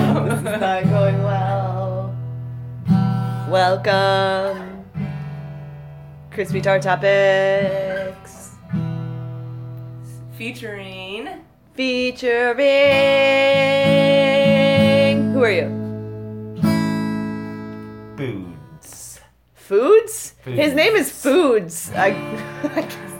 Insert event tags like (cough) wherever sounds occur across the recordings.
not going well. Welcome, Crispy Tart Topics, Featuring featuring. Who are you? Foods. Foods? His Foods. name is Foods. I, (laughs) I guess.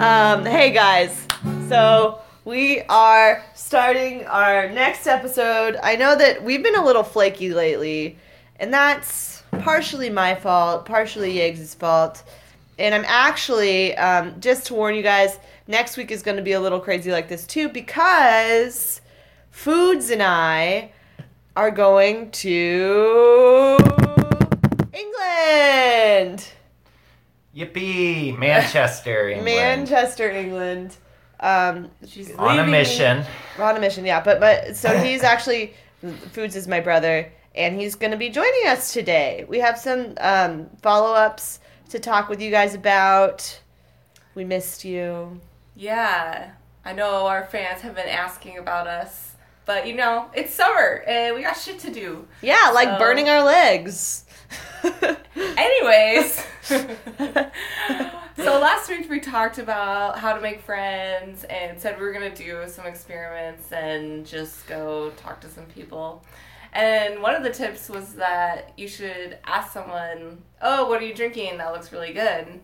Um, hey guys, so we are starting our next episode. I know that we've been a little flaky lately, and that's partially my fault, partially Yeggs' fault. And I'm actually, um, just to warn you guys, next week is going to be a little crazy like this too because Foods and I are going to England. (laughs) Yippee! Manchester, England. Manchester, England. Um, she's On a leaving. mission. we're on a mission, yeah. But (laughs) but so he's actually Foods is my brother, and he's going to be joining us today. We have some um, follow ups to talk with you guys about. We missed you. Yeah, I know our fans have been asking about us, but you know it's summer and we got shit to do. Yeah, like So- burning our legs. (laughs) Anyways, so last week we talked about how to make friends and said we were gonna do some experiments and just go talk to some people. And one of the tips was that you should ask someone, "Oh, what are you drinking? That looks really good."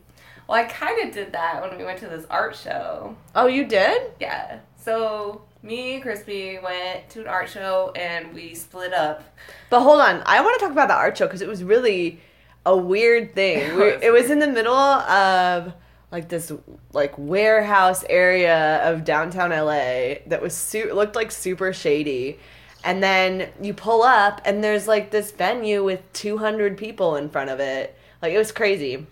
Well, I kind of did that when we went to this art show. oh, you did? Yeah. So me and Crispy went to an art show and we split up. But hold on, I want to talk about the art show because it was really a weird thing. It We- was. it was in the middle of like this like warehouse area of downtown LA that was su- looked like super shady. And then you pull up and there's like this venue with 200 people in front of it. Like it was crazy.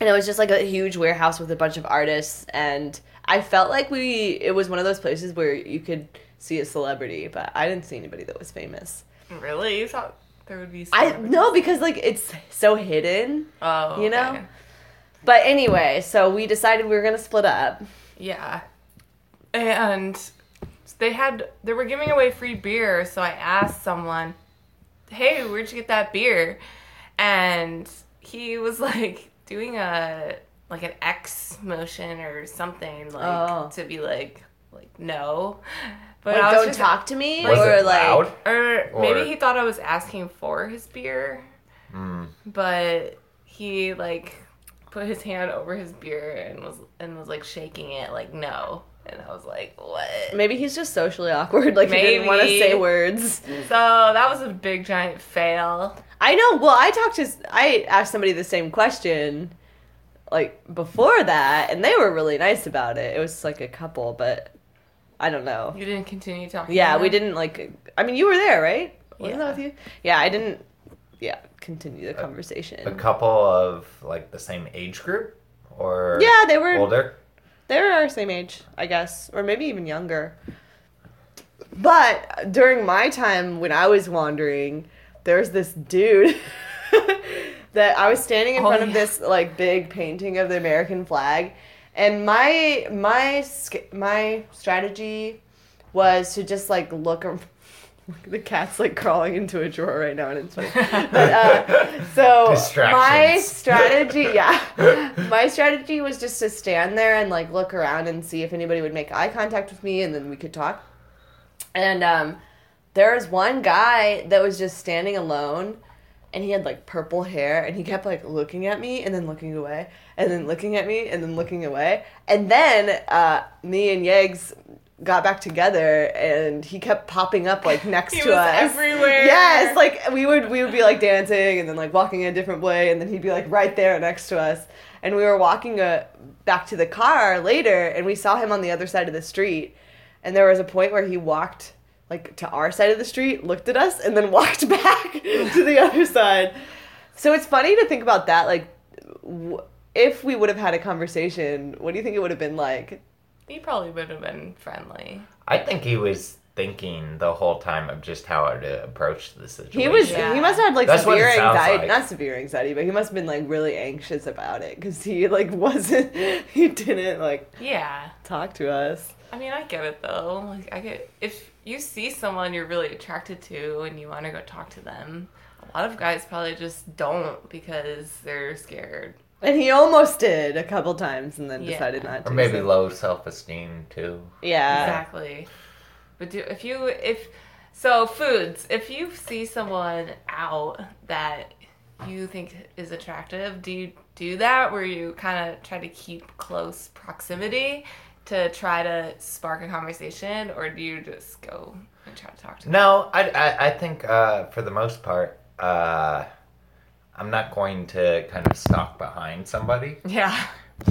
And it was just like a huge warehouse with a bunch of artists and I felt like we it was one of those places where you could see a celebrity, but I didn't see anybody that was famous. Really? You thought there would be? I no because like it's so hidden. Oh, You know? But anyway, so we decided we were gonna split up. Yeah. And they had they were giving away free beer, so I asked someone, "Hey, where'd you get that beer?" And he was (laughs) like doing a like an X motion or something like Oh. to be like like no. But Like I was don't just- talk to me Was or it like loud? or maybe Or- he thought I was asking for his beer, but he like put his hand over his beer and was and was like shaking it like no, and I was like what? maybe he's just socially awkward. Like he didn't want to Maybe. say words. So that was a big giant fail. I know. Well, I talked to I asked somebody the same question like before that, and they were really nice about it. It was like a couple, but I don't know. You didn't continue talking. Yeah, to we him? didn't like. I mean, you were there, right? Wasn't Yeah. that with you? Yeah, I didn't. Yeah, continue the conversation. A couple of like the same age group, or Yeah, they were older. They were our same age, I guess, or maybe even younger. But during my time when I was wandering, there was this dude (laughs) that I was standing in Oh, front of yeah. this like big painting of the American flag, and my my sk- my strategy was to just like look. ar- (laughs) The cat's like crawling into a drawer right now, and it's funny. But, uh, so my Distractions. strategy, yeah, my strategy was just to stand there and like look around and see if anybody would make eye contact with me, and then we could talk. And um, there was one guy that was just standing alone, and he had like purple hair, and he kept like looking at me and then looking away, and then looking at me and then looking away. And then uh, me and Yeggs got back together, and he kept popping up (laughs) like next He to was us everywhere. Yes, like we would we would be like dancing and then like walking a different way, and then he'd be like right there next to us. And we were walking uh, back to the car later, and we saw him on the other side of the street. And there was a point where he walked like to our side of the street, looked at us, and then (laughs) walked back to the other side. So it's funny to think about that. Like, w- if we would have had a conversation, what do you think it would have been like? He probably would have been friendly. I think he was thinking the whole time of just how to approach the situation. He was. Yeah. He must have had like That's what severe it sounds anxiety. like. Not severe anxiety, but he must have been like really anxious about it because he like (laughs) wasn't. He didn't like Yeah. talk to us. I mean, I get it though. Like I get if you see someone you're really attracted to and you want to go talk to them, a lot of guys probably just don't because they're scared. And he almost did a couple times and then Yeah. decided not to. Or maybe so- low self esteem too. Yeah. Exactly. But do if you if so foods, if you see someone out that you think is attractive, do you do that where you kind of try to keep close proximity to try to spark a conversation or do you just go and try to talk to them? No, I, I, I think uh, for the most part, uh, I'm not going to kind of stalk behind somebody. Yeah.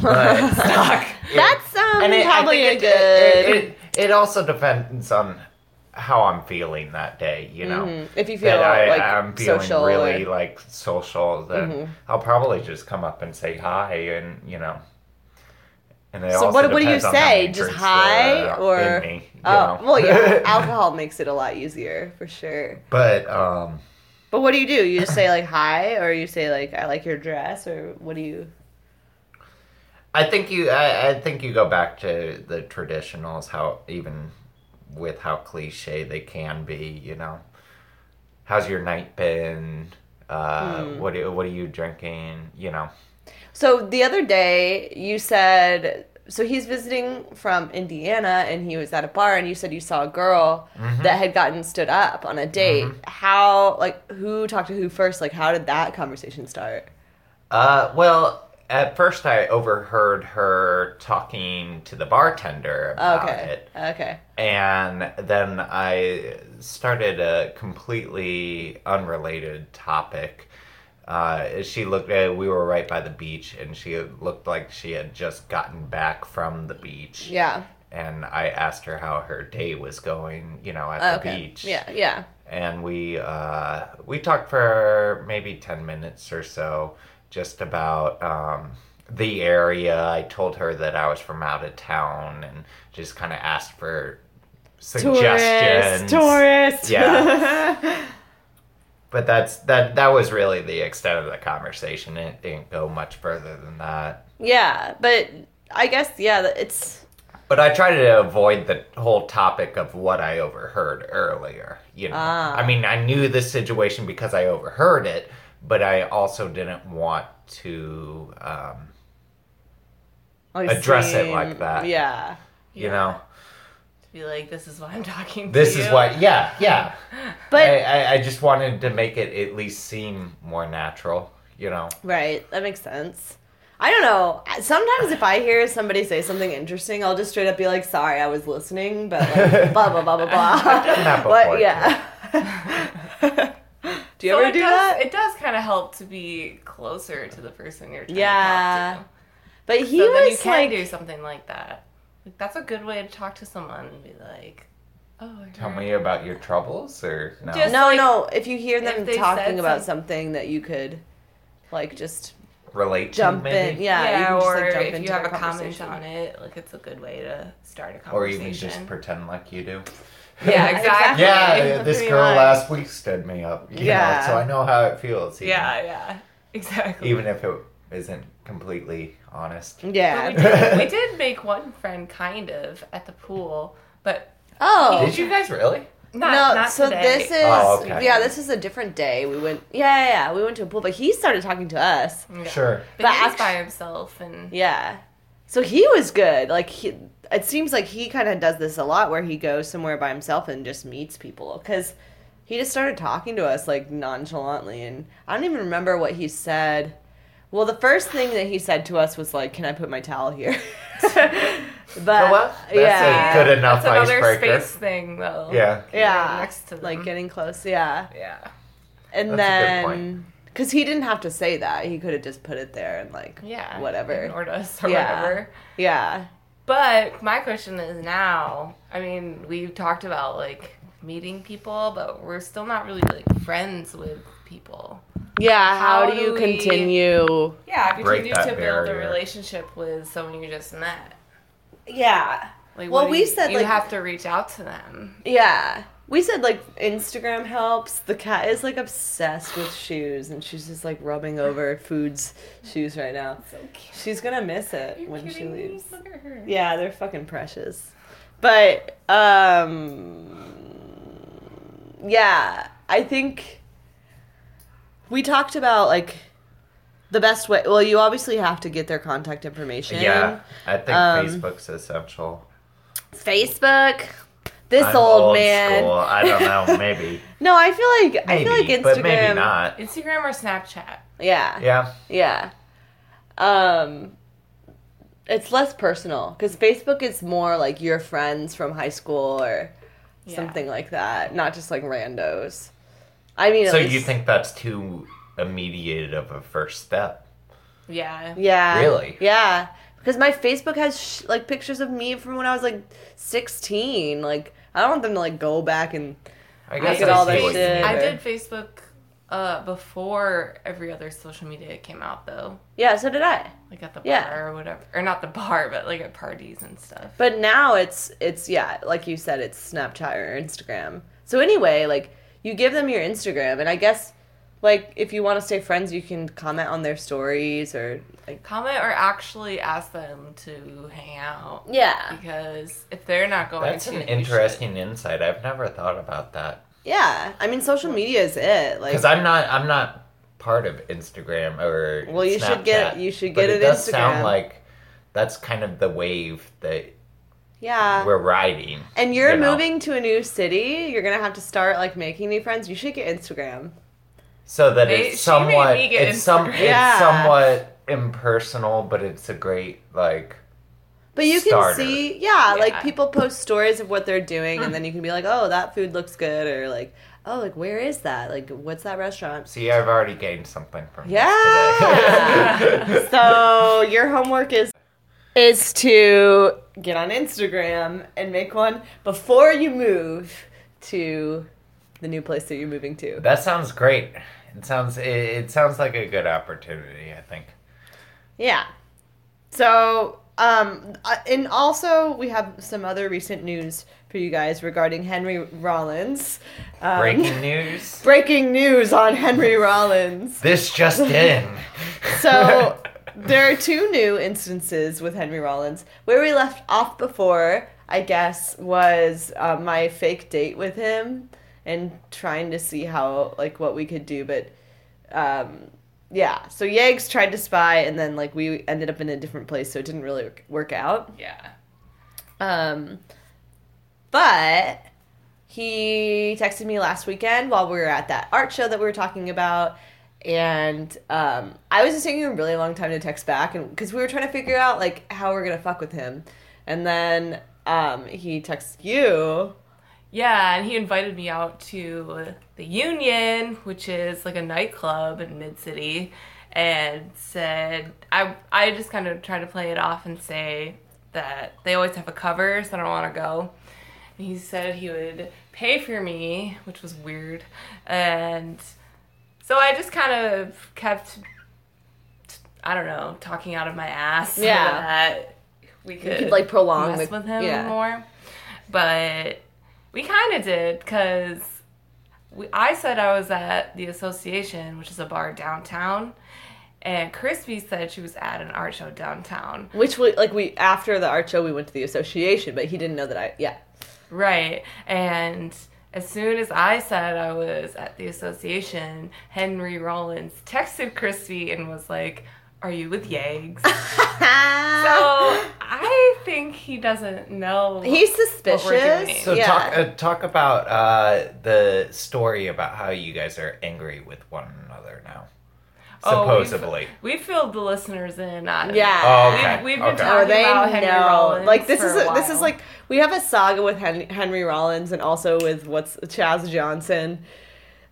But (laughs) stalk. (laughs) That's um, And it- I probably a think good. it- It, it, it also depends on how I'm feeling that day, you know? Mhm. If you feel That I, like I'm feeling social, really or- Oh, Mm-hmm. like social, then I'll probably just come up and say hi, and you know. And it So also what- what do you depends on how say? many Just drinks hi, there are or- uh, in me, you oh know? well, (laughs) yeah, alcohol makes it a lot easier for sure. but um, But what do you do? You just say like hi, or you say like I like your dress, or what do you? I think you, I, I think you go back to the traditionals. How even with how cliche they can be, you know. How's your night been? Uh, What are- what are you drinking? You know. So the other day you said so he's visiting from Indiana and he was at a bar and you said you saw a girl Mm-hmm. that had gotten stood up on a date. How like who talked to who first? Like how did that conversation start? Uh, well, at first I overheard her talking to the bartender about Okay. it, Okay. and then I started a completely unrelated topic. Uh, she looked. Uh, we were right by the beach, and she looked like she had just gotten back from the beach. Yeah. And I asked her how her day was going, you know, at Okay. the beach Yeah, yeah. and we uh, we talked for maybe 10 minutes or so just about um, the area i told her that i was from out of town and just kind of asked for suggestions Tourist. Yeah. but that's that that was really the extent of the conversation it didn't go much further than that (laughs) yeah, but I guess yeah, that- it's but I try to avoid the whole topic of what I overheard earlier. You know, Ah. I mean, I knew this situation because I overheard it, but I also didn't want to, um, always Address it like that. Yeah. you know, To (laughs) be like, this is why I'm talking this to you. is why. Yeah, yeah. (laughs) But I, I, I just wanted to make it at least seem more natural. You know, Right, that makes sense. I don't know. Sometimes if I hear somebody say something interesting, I'll just straight up be like, "Sorry, I was listening," but (laughs) like, blah blah blah blah blah. that before, But (laughs) yeah. do you So ever it do does, that? It does kind of help to be closer to the person you're trying Yeah. to talk to. But he so then you was can like, do something like that. Like, that's a good way to talk to someone and be like, "Oh, I tell heard- me Mm. about your troubles or no. Just- no, like, no. If you hear them if they talking said about some- something that you could, like, just relate to jump maybe? in. Yeah, you can just, or like, jump if you into have a their comment conversation. on it, like it's a good way to start a conversation. or even just pretend like you do. yeah, (laughs) (laughs) exactly. Yeah, this Pretty girl much. last week stood me up. You Yeah. Know, so I know how it feels. even- Yeah, yeah, (laughs) exactly. Even if it isn't completely honest. Mm. But we, Yeah. (laughs) did, we did make one friend kind of at the pool, but Oh. Did you guys really? not no, not so today. this is Oh, okay. yeah, this is a different day. We went yeah, yeah, yeah, we went to a pool, but he started talking to us. Yeah. Sure. But, But he was act- by himself and Yeah. So he was good. Like he it seems like he kind of does this a lot where he goes somewhere by himself and just meets people cuz he just started talking to us like nonchalantly and I don't even remember what he said. Well, the first thing that he said to us was like, "Can I put my towel here?" (laughs) but Oh, well, that's yeah. a good enough that's another icebreaker. space thing though. Oh. Yeah. yeah. next to them. like getting close. Yeah. yeah, And That's a good then, because he didn't have to say that, he could have just put it there and like, yeah, whatever. ignored us or Yeah. whatever. yeah, But my question is now, I mean, we've talked about like meeting people, but we're still not really like friends with people. yeah. How, How do do you we- continue? Yeah, if Break you need that to build a barrier. relationship with someone you just met. Yeah, Like, Well, what do we've you, said, you like- have to reach out to them. yeah. We said like Instagram helps. The cat is like obsessed with shoes, and she's just like rubbing over food's shoes right now. So cute. She's gonna miss it when she leaves. Yeah, they're fucking precious. But um yeah, I think we talked about like the best way well you obviously have to get their contact information. Yeah, I think Um, Facebook's essential. Facebook. This I'm old, man. School. I (laughs) don't know. Maybe. No, I feel like Maybe. I feel like Instagram. But maybe not. Instagram or Snapchat. Yeah. Yeah. Yeah. Um it's less personal cuz Facebook is more like your friends from high school or Yeah. something like that, not just like randos. I mean, at So least- you think that's too immediate of a first step? Yeah. Yeah. Really? Yeah. Because my Facebook has sh- like pictures of me from when I was like 16. Like I don't want them to like go back and I Look guess at I all see that what you shit. mean I there. did Facebook uh, before every other social media came out, though. yeah. So did I. Like at the Yeah. bar or whatever. Or not the bar, but like at parties and stuff. But now it's it's yeah, like you said, it's Snapchat or Instagram. So anyway, like you give them your Instagram, and I guess like if you want to stay friends, you can comment on their stories or like Comment or actually ask them to hang out. yeah, Because if they're not going That's to. an you interesting insight. I've never thought about that yeah. I mean, social media is it. Like because I'm not. I'm not part of Instagram or. Well, you should Snapchat, get- you should but get it an does sound Instagram. like that's kind of the wave that yeah. we're riding. and you're you know? moving to a new city, you're gonna have to start like making new friends. You should get Instagram. so that They- it's she made me somewhat get it's some Instagram. it's Yeah. somewhat impersonal, but it's a great like But you can Starter. see, yeah, like Yeah. people post stories of what they're doing, and then you can be like, oh, that food looks good, or like, oh, like where is that? Like, what's that restaurant? see I've already gained something from (laughs) Yeah. this today. so your homework is is to get on Instagram and make one before you move to the new place that you're moving to. (laughs) that sounds great. It sounds it, it sounds like a good opportunity, I think. Yeah. So, um, uh, and also we have some other recent news for you guys regarding Henry Rollins. Um, (laughs) Breaking news. breaking news on Henry Rollins. This just in. (laughs) So there are two new instances with Henry Rollins. Where we left off before, I guess, was uh, my fake date with him and trying to see how like what we could do, but um, yeah. So Yeggs tried to spy, and then like we ended up in a different place, so it didn't really work out. Yeah. Um, but he texted me last weekend while we were at that art show that we were talking about, and um, I was just taking a really long time to text back, and because we were trying to figure out like how we're gonna fuck with him, and then um, he texts you. Yeah, and he invited me out to the Union, which is like a nightclub in Mid City, and said I I just kind of tried to play it off and say that they always have a cover, so I don't want to go. And he said he would pay for me, which was weird, and so I just kind of kept I don't know talking out of my ass. so Yeah. that we could, could, like, prolong mess the- with him yeah. more, but. We kind of did because we, I said I was at the Association, which is a bar downtown, and Crispy said she was at an art show downtown. Which we like we after the art show we went to the association, but he didn't know that I yeah Right. And as soon as I said I was at the Association, Henry Rollins texted Crispy and was like, Are you with (laughs) Yags? so I think he doesn't know. he's doing. suspicious. So yeah. talk uh, talk about uh, the story about how you guys are angry with one another now. Oh, we've- Supposedly. We filled the listeners in on Yeah. Oh, okay. We've, we've been okay. or talking they about Henry know. Rollins like this for is a a, this is while. like we have a saga with Hen- Henry Rollins and also with what's Chaz Johnson.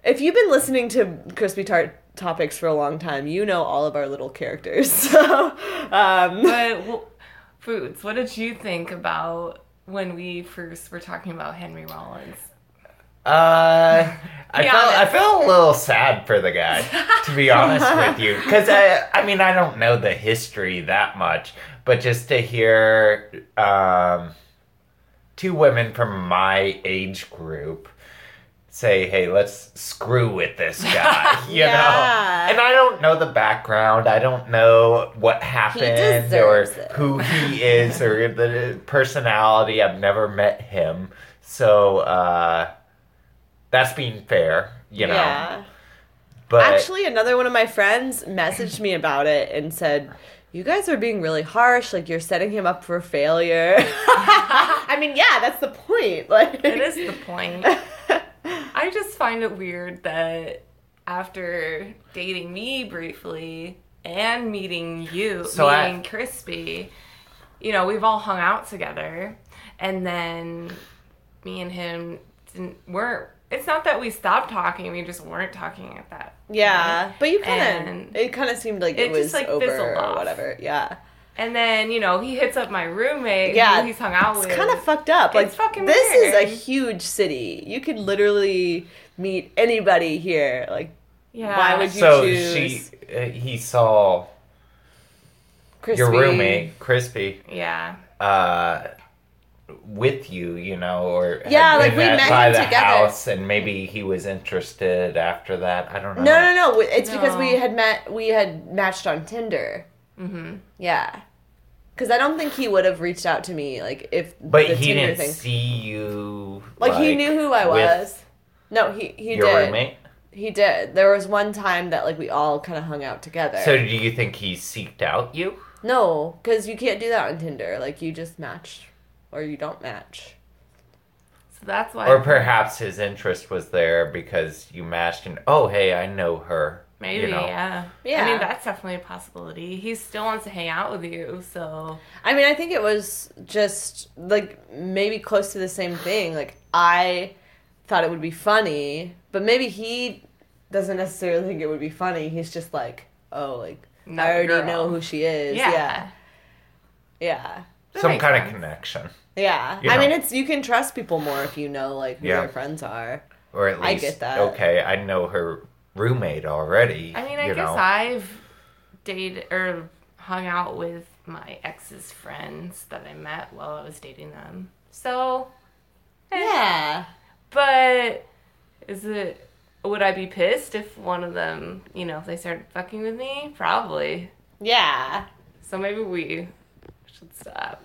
If you've been listening to crispy tart topics for a long time, you know all of our little characters. (laughs) So, um, but well, foods. What did you think about when we first were talking about Henry Rollins? (laughs) Uh, I Be felt I honest. felt a little sad for the guy, to be honest (laughs) with you, because I I mean I don't know the history that much, but just to hear um, two women from my age group say, hey, let's screw with this (laughs) guy, you Yeah. know? And I don't know the background. I don't know what happened or deserves it. who he is or the personality. I've never met him. So uh, that's being fair, you know? yeah. But Actually, another one of my friends messaged me about it and said, "You guys are being really harsh. Like you're setting him up for failure." (laughs) I mean, yeah, that's the point. Like It is the point. (laughs) I just find it weird that after dating me briefly and meeting you, So I- meeting Crispy, you know, we've all hung out together, and then me and him didn't weren't. It's not that we stopped talking; we just weren't talking at that. yeah, but you kind And of it kind of seemed like it, it just, was like, fizzled over or off. whatever. Yeah, And then you know he hits up my roommate, Yeah, who he's hung out it's with. kind of fucked up. Like It's fucking this weird. is a huge city. You could literally meet anybody here. Like yeah. why would you so choose she, uh, he saw Crispy? your roommate, Crispy, Yeah. uh, with you, you know, or had Yeah, like, been we at- met him by the together. house, and maybe he was interested after that. I don't know. No, no, no. It's because No. we had met. We had matched on Tinder. Mm-hmm. Yeah. Because I don't think he would have reached out to me, like, if But the he Tinder didn't thing. see you. like, he knew who I with was. No, he, he your did. roommate. He did. There was one time that, like, we all kind of hung out together. So do you think he seeked out you? no, because you can't do that on Tinder. Like, you just match or you don't match. So that's why. Or perhaps his interest was there because you matched and oh hey, I know her. Maybe, you know. yeah. Yeah. I mean, that's definitely a possibility. He still wants to hang out with you, so I mean, I think it was just, like, maybe close to the same thing. Like, I thought it would be funny, but maybe he doesn't necessarily think it would be funny. He's just like, oh, like, no I already girl. know who she is. Yeah. Yeah. Yeah. That Some makes kind of sense. connection. Yeah. You I know. mean, it's you can trust people more if you know like who Yeah. their friends are. Or at I least get that. okay, I know her roommate already. I mean, I you guess know. I've dated or hung out with my ex's friends that I met while I was dating them. So, eh. Yeah. But is it? Would I be pissed if one of them, you know, if they started fucking with me? Probably. Yeah. So maybe we should stop.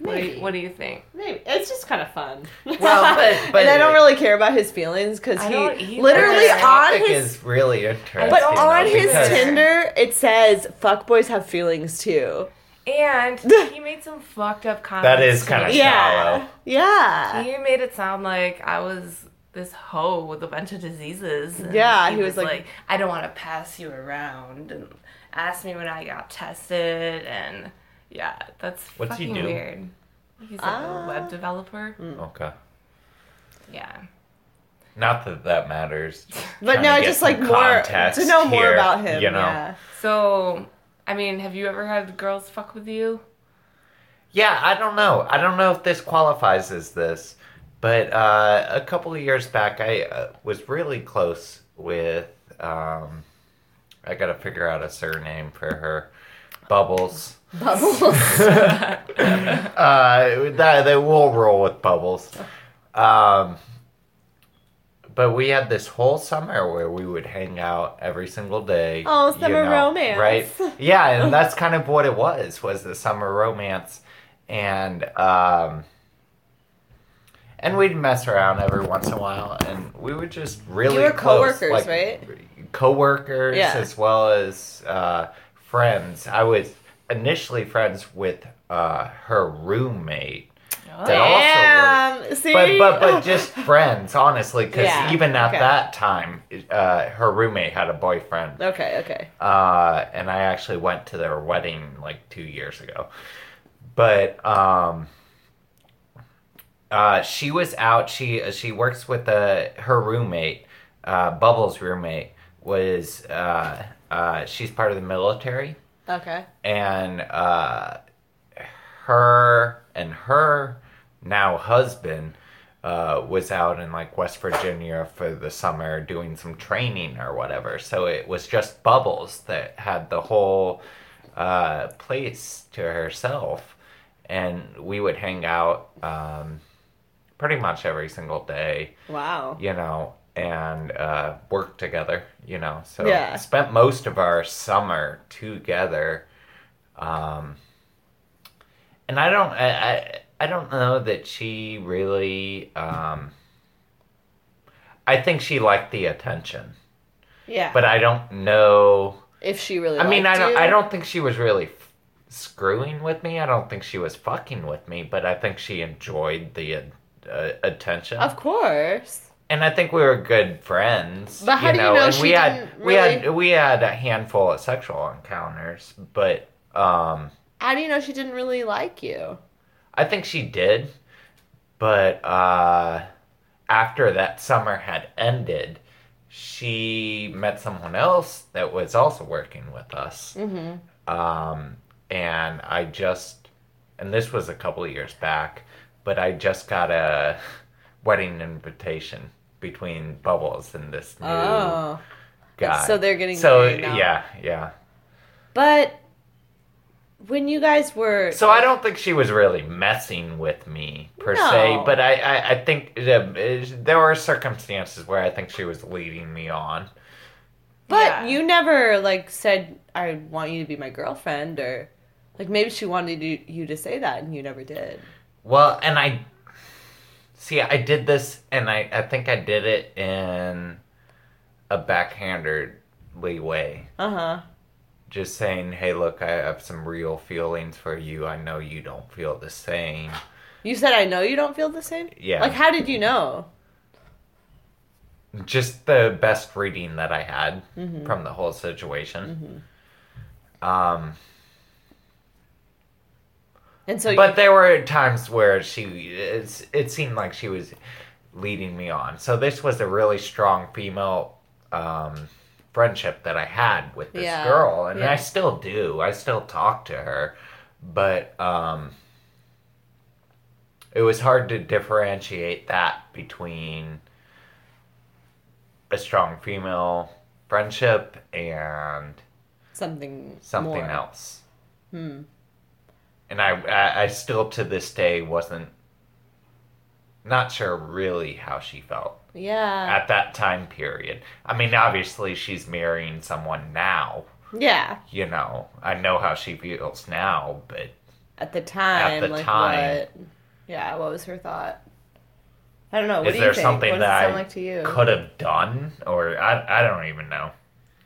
What do, Maybe. you, what do you think? Maybe. It's just kind of fun. (laughs) Well, but- but- and I don't really care about his feelings because I don't he either. literally This on topic his is really interesting. but though, on his because- Tinder it says fuck boys have feelings too. And (laughs) he made some fucked up comments. that is to kind of me. Yeah. shallow. Yeah. He made it sound like I was this hoe with a bunch of diseases. and Yeah, he was like- I don't want to pass you around and asked me when I got tested and yeah, that's What's he fucking do? weird. He's a Ah. Mm. web developer. Okay. Yeah. Not that that matters. But Trying to no, get just like some more to context know more here, about him. you know. Yeah. So, I mean, have you ever had girls fuck with you? Yeah, I don't know. I don't know if this qualifies as this, but uh, a couple of years back, I uh, was really close with. Um, I gotta figure out a surname for her. Bubbles. Bubbles. (laughs) uh, that, they will roll with bubbles. Um, but we had this whole summer where we would hang out every single day. Oh, summer romance. Right? (laughs) Yeah, and that's kind of what it was, was the summer romance. And, um... And we'd mess around every once in a while, and we would just really were close, coworkers, like, right? Coworkers Yeah. as well as uh, friends. I was initially friends with uh, her roommate, That also worked. Damn. See? but (laughs) but but just friends, honestly, because Yeah, even at okay. that time, uh, her roommate had a boyfriend, Okay, okay. uh, and I actually went to their wedding like two years ago. But um, uh, she was out. She she works with uh her roommate, uh, Bubbles' roommate was uh, uh, she's part of the military Okay. and uh, her and her now husband uh, was out in like West Virginia for the summer doing some training or whatever. So it was just Bubbles that had the whole uh, place to herself, and we would hang out. Um, pretty much every single day, Wow. you know, and uh, worked together, you know. So Yeah. spent most of our summer together. Um, and I don't, I, I, I don't know that she really. Um, I think she liked the attention, Yeah. but I don't know. if she really, I mean, I liked don't. you. I don't think she was really f- screwing with me. I don't think she was fucking with me, but I think she enjoyed the uh, attention. Of course. and I think we were good friends. But how do you know and she we had didn't we had really- we had a handful of sexual encounters, but um, How do you know she didn't really like you? I think she did. But uh, after that summer had ended, she met someone else that was also working with us. Mm-hmm. um, and I just, and this was a couple of years back, but I just got a (laughs) wedding invitation between Bubbles and this new Oh. guy. So they're getting so married now. yeah, yeah. But when you guys were So I don't think she was really messing with me per se, No. but I, I, I think the, there were circumstances where I think she was leading me on. But Yeah. you never like said I want you to be my girlfriend or like maybe she wanted you, you to say that and you never did. Well, and I see I did this and I, I think I did it in a backhandedly way. Uh-huh. Just saying, hey, look, I have some real feelings for you. I know you don't feel the same. You said I know you don't feel the same? Yeah. Like how did you know? Just the best reading that I had from the whole situation. Um, And so but there were times where she it's, it seemed like she was leading me on so this was a really strong female um, friendship that i had with this Yeah, girl and yeah. i still do i still talk to her but um, it was hard to differentiate that between a strong female friendship and you something something more. else Hmm. and I, I I still to this day wasn't not sure really how she felt Yeah. Uh. at that time period. I mean, obviously she's marrying someone now. yeah. You know, I know how she feels now, but At the time the like time. what? Yeah, what was her thought? I don't know. What Is do there you think? something what does that it sound I like to you? could have done, or I I don't even know.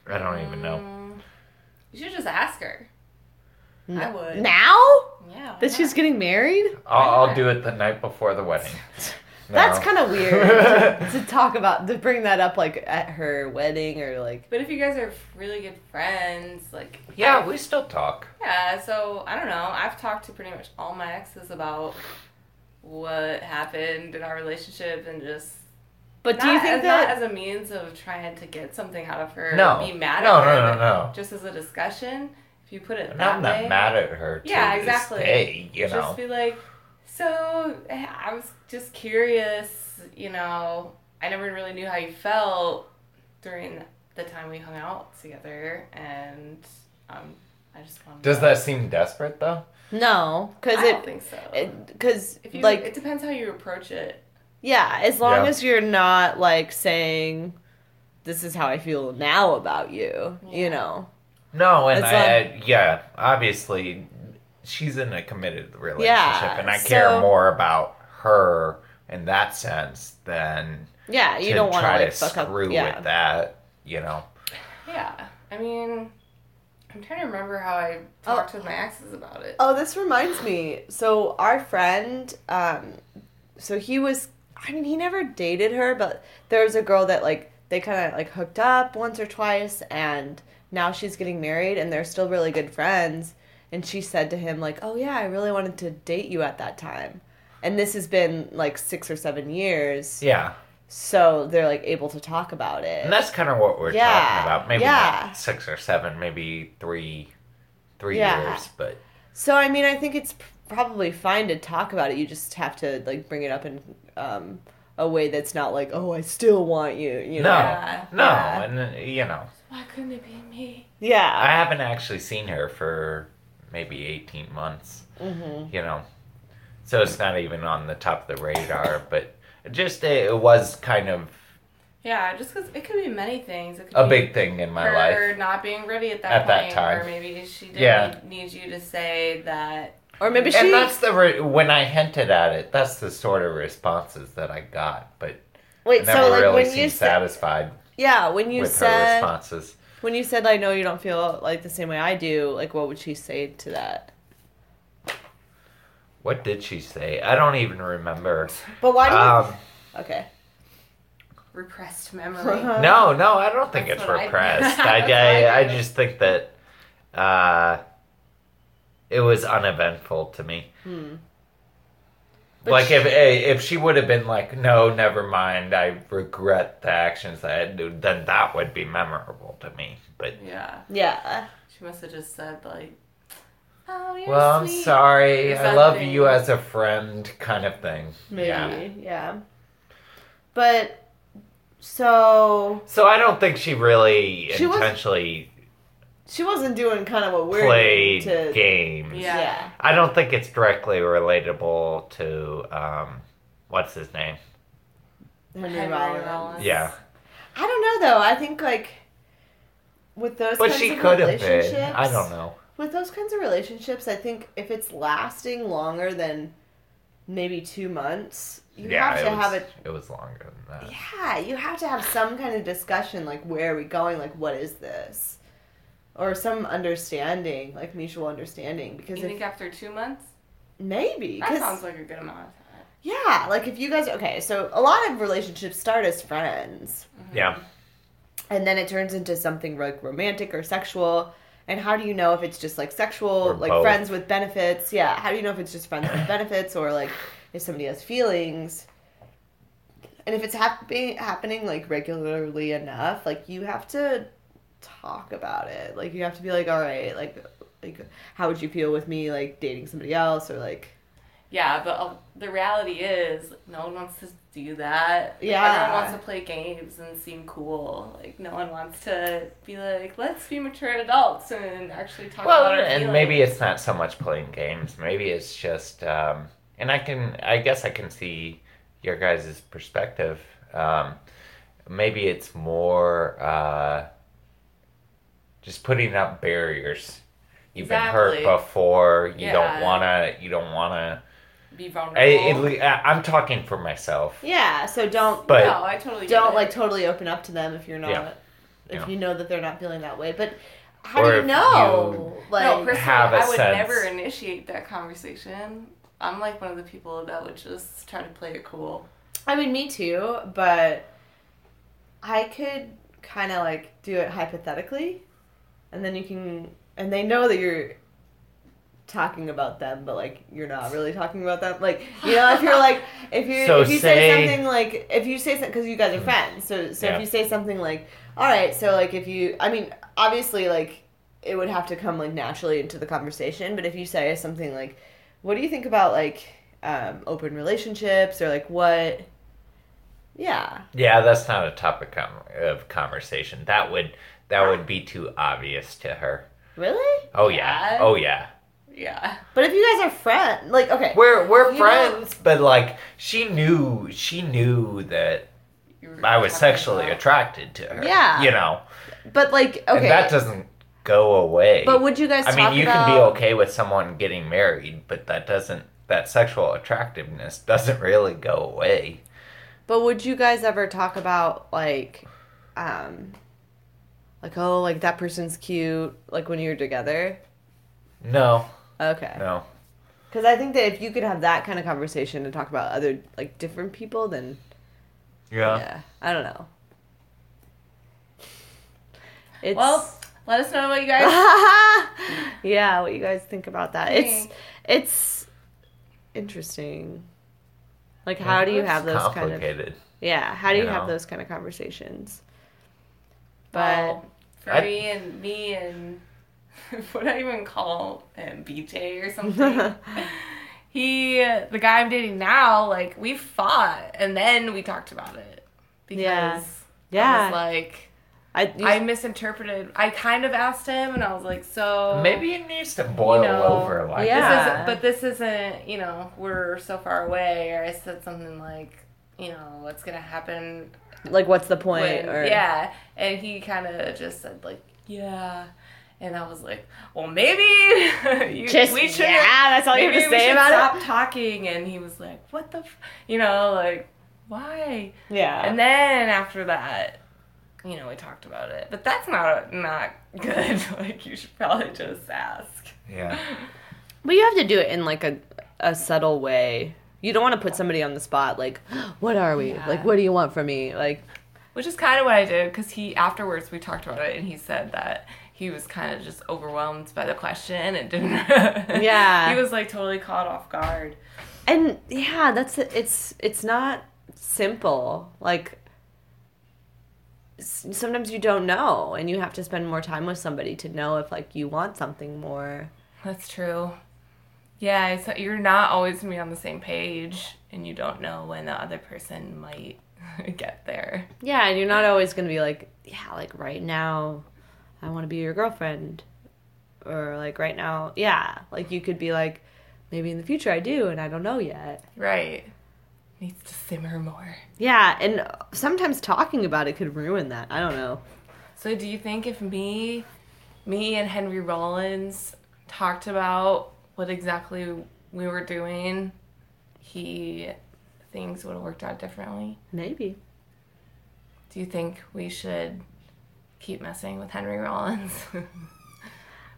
I don't even know. Mm, You should just ask her. I would. Now? Yeah. why That she's not? getting married? I'll, I'll not? do it the night before the (laughs) wedding. That's No. kind of (laughs) weird to talk about, to bring that up like at her wedding or like. But if you guys are really good friends, like yeah, we still talk. yeah. So I don't know. I've talked to pretty much all my exes about what happened in our relationship and just But do not you think as, that? not as a means of trying to get something out of her? No. Be mad No, at her. no, no, but no. Just as a discussion, if you put it And that I'm way, not mad at her. To Yeah, this exactly. day, you know. just be like, so eh, I was just curious. You know, I never really knew how you felt during the time we hung out together, and um, I just wanted. Does to- that seem desperate though? no, because I don't it, think so. because if you, like it depends how you approach it. yeah, as long Yeah. as you're not like saying, this is how I feel now about you, Yeah. you know. No, and It's I, I- yeah, obviously, she's in a committed relationship, Yeah, and I care so- more about her in that sense than Yeah, you to don't want try like to fuck up. screw Yeah, with that. You know, Yeah, I mean, I'm trying to remember how I talked with my exes about it. Oh, this reminds me. So our friend, um, so he was. I mean, he never dated her, but there was a girl that like they kind of like hooked up once or twice, and now she's getting married, and they're still really good friends. And she said to him like, "Oh yeah, I really wanted to date you at that time." And this has been like six or seven years, yeah, so they're like able to talk about it. and that's kind of what we're Yeah, talking about. Maybe yeah. not six or seven, maybe three, three Yeah. years, but So I mean, I think it's p- probably fine to talk about it. You just have to like bring it up in um, a way that's not like, oh, I still want you. You no, know? Yeah, no, yeah. and uh, you know, Why couldn't it be me? I Yeah. haven't actually seen her for maybe eighteen months. hmm You know, so it's not even on the top of the radar. But just it, it was kind of Yeah, just because it could be many things. It could a be big thing in my her life. not being ready at that At that point, or time. maybe she didn't Yeah. need you to say that. Or maybe she. And that's the re- when I hinted at it. That's the sort of responses that I got, but I wait, never so like really when you seemed said, satisfied yeah, when you with her said responses. when you said like no, you don't feel like the same way I do. Like, what would she say to that? What did she say? I don't even remember. But why do Um, you? Okay. Repressed (laughs) memory. No, no, I don't think That's it's what I- (laughs) repressed. I, That's what I, I I do. just think that uh, it was uneventful to me. Hmm. But like if she- if she would have been like, no, never mind, I regret the actions that I do, then that would be memorable to me. But yeah, Yeah. she must have just said like, "Oh, you're well, I'm sweet." sorry, Is I that love thing- you as a friend, kind of thing. Maybe. Yeah. Yeah. But so So I don't think she really She was- intentionally she wasn't doing kind of what we're played doing to. games. Yeah. Yeah. I don't think it's directly relatable to um, what's his name? Henry Henry Rollins. Rollins. Yeah, I don't know though. I think like with those but kinds she of could have relationships, been. I don't know. With those kinds of relationships, I think if it's lasting longer than maybe two months, you yeah, have it to was, have it. It was longer than that. Yeah, you have to have some kind of discussion, like where are we going? Like what is this? Or some understanding, like mutual understanding, because You if, think after two months? maybe That 'cause- sounds like a good amount of time. yeah, like if you guys okay, so a lot of relationships start as friends, Yeah, and then it turns into something like romantic or sexual and how do you know if it's just like sexual Or like both. friends with benefits yeah how do you know if it's just friends with benefits or like if somebody has feelings and if it's happy, happening like regularly enough like you have to talk about it like you have to be like all right like like how would you feel with me like dating somebody else or like Yeah, but uh, the reality is, no one wants to do that. Like, Yeah. Everyone wants to play games and seem cool. Like, no one wants to be like, let's be mature adults and actually talk well, about our and feelings. maybe it's not so much playing games. Maybe it's just, um, and I can, I guess, I can see your guys' perspective. Um, maybe it's more uh, just putting up barriers. You've been Exactly. hurt before. You don't Yeah. wanna. You don't wanna. be vulnerable. I, at le- I- I'm talking for myself. yeah so don't But no, I totally get don't it. like totally open up to them if you're not Yeah. if Yeah. you know that they're not feeling that way but how Or do you if know like no, personally, have a I would sense. never initiate that conversation. I'm like one of the people that would just try to play it cool. I mean, me too, but I could kind of like do it hypothetically, and then you can, and they know that you're talking about them, but like you're not really talking about them. Like you know, if you're like, if you So if you say- say, something like, if you say something because you guys are friends, so so Yeah. if you say something like, all right, so like if you, I mean, obviously like it would have to come like naturally into the conversation, but if you say something like, what do you think about like um, open relationships or like what? Yeah. Yeah, that's not a topic com- of conversation. That would that would be too obvious to her. Really? Oh yeah. Yeah. Oh yeah. Yeah. But if you guys are friends, like okay, We're You we're know- friends, but like she knew she knew that You were I was talking sexually about- attracted to her. Yeah. You know. but like okay, And that doesn't go away. but would you guys? I talk mean, you about... can be okay with someone getting married, but that doesn't that sexual attractiveness doesn't really go away. But would you guys ever talk about like, um, like oh, like that person's cute, like when you're together? No. Okay. No. Because I think that if you could have that kind of conversation and talk about other like different people, then yeah, I don't know. It's Well, (laughs) let us know what you guys yeah, what you guys think about that? It's Okay. it's interesting. Like, how do you It's have those kind of complicated? yeah? How do you you have know. those kind of conversations? But Well, for I- me and me (laughs) and what I even call him (laughs) BJ or something. He, the guy I'm dating now, like we fought and then we talked about it because Yeah. I yeah, was like, I, you- I misinterpreted. I kind of asked him, and I was like, "So Maybe it needs to boil You know, over like yeah. This is, but this isn't, you know, we're so far away. Or I said something like, you know, what's gonna happen? like what's the point? When, or Yeah, and he kind of just said like, yeah, and I was like, well, maybe (laughs) you, Just we should. yeah, that's all you Maybe have to we say should about stop talking. And he was like, what the, f-? you know, like why? it. Yeah. And then after that, you know, we talked about it. But that's not not good. (laughs) like you should probably just ask. Yeah. But you have to do it in like a a subtle way. You don't want to put somebody on the spot. Like, (gasps) what are we? Yeah. Like, what do you want from me? Like, Which is kind of what I did because he afterwards we talked about it and he said that he was kind of just overwhelmed by the question and didn't. (laughs) Yeah. he was like totally caught off guard. and yeah, that's it. it's it's not simple. Like, s- sometimes you don't know, and you have to spend more time with somebody to know if like you want something more. That's true. Yeah, it's, you're not always gonna be on the same page, and you don't know when the other person might (laughs) get there. Yeah, and you're not always gonna be like, yeah, like right now, I want to be your girlfriend, or like right now, yeah, like you could be like, maybe in the future I do, and I don't know yet. Right. Needs to simmer more. Yeah, and sometimes talking about it could ruin that. I don't know. So do you think if me, me and Henry Rollins talked about what exactly we were doing, he things would have worked out differently? Maybe. Do you think we should keep messing with Henry Rollins? (laughs)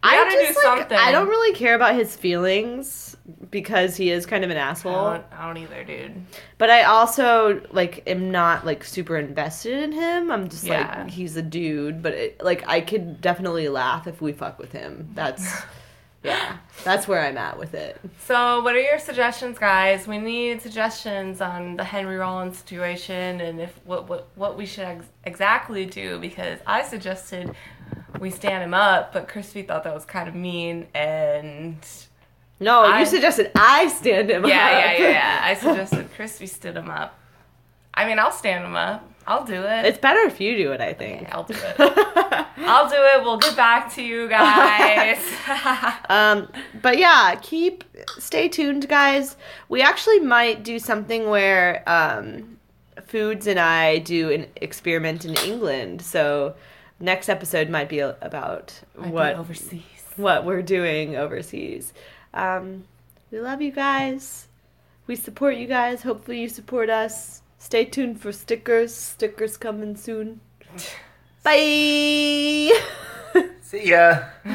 I gotta do just, like, something. I don't really care about his feelings because he is kind of an I asshole. don't, I don't either, dude. But I also like am not like super invested in him. I'm just Yeah. like he's a dude, but it, like I could definitely laugh if we fuck with him. (laughs) That's yeah. That's where I'm at with it. So, what are your suggestions, guys? We need suggestions on the Henry Rollins situation and if what what, what we should ex- exactly do because I suggested we stand him up, but Crispy thought that was kind of mean (laughs) and No, I- you suggested I stand him yeah, yeah, up. yeah, yeah. (laughs) I suggested Crispy stood him up. I mean, I'll stand him up. I'll do it. It's better if you do it, I think. Okay, I'll do it. (laughs) I'll do it. We'll get back to you guys. (laughs) Um, but yeah, keep stay tuned, guys. We actually might do something where um, Foods and I do an experiment in England. So next episode might be a- about Might be what overseas? what we're doing overseas. Um, we love you guys. We support you guys. Hopefully, you support us. Stay tuned for stickers. (sighs) Stickers coming soon. Bye. (laughs) See ya.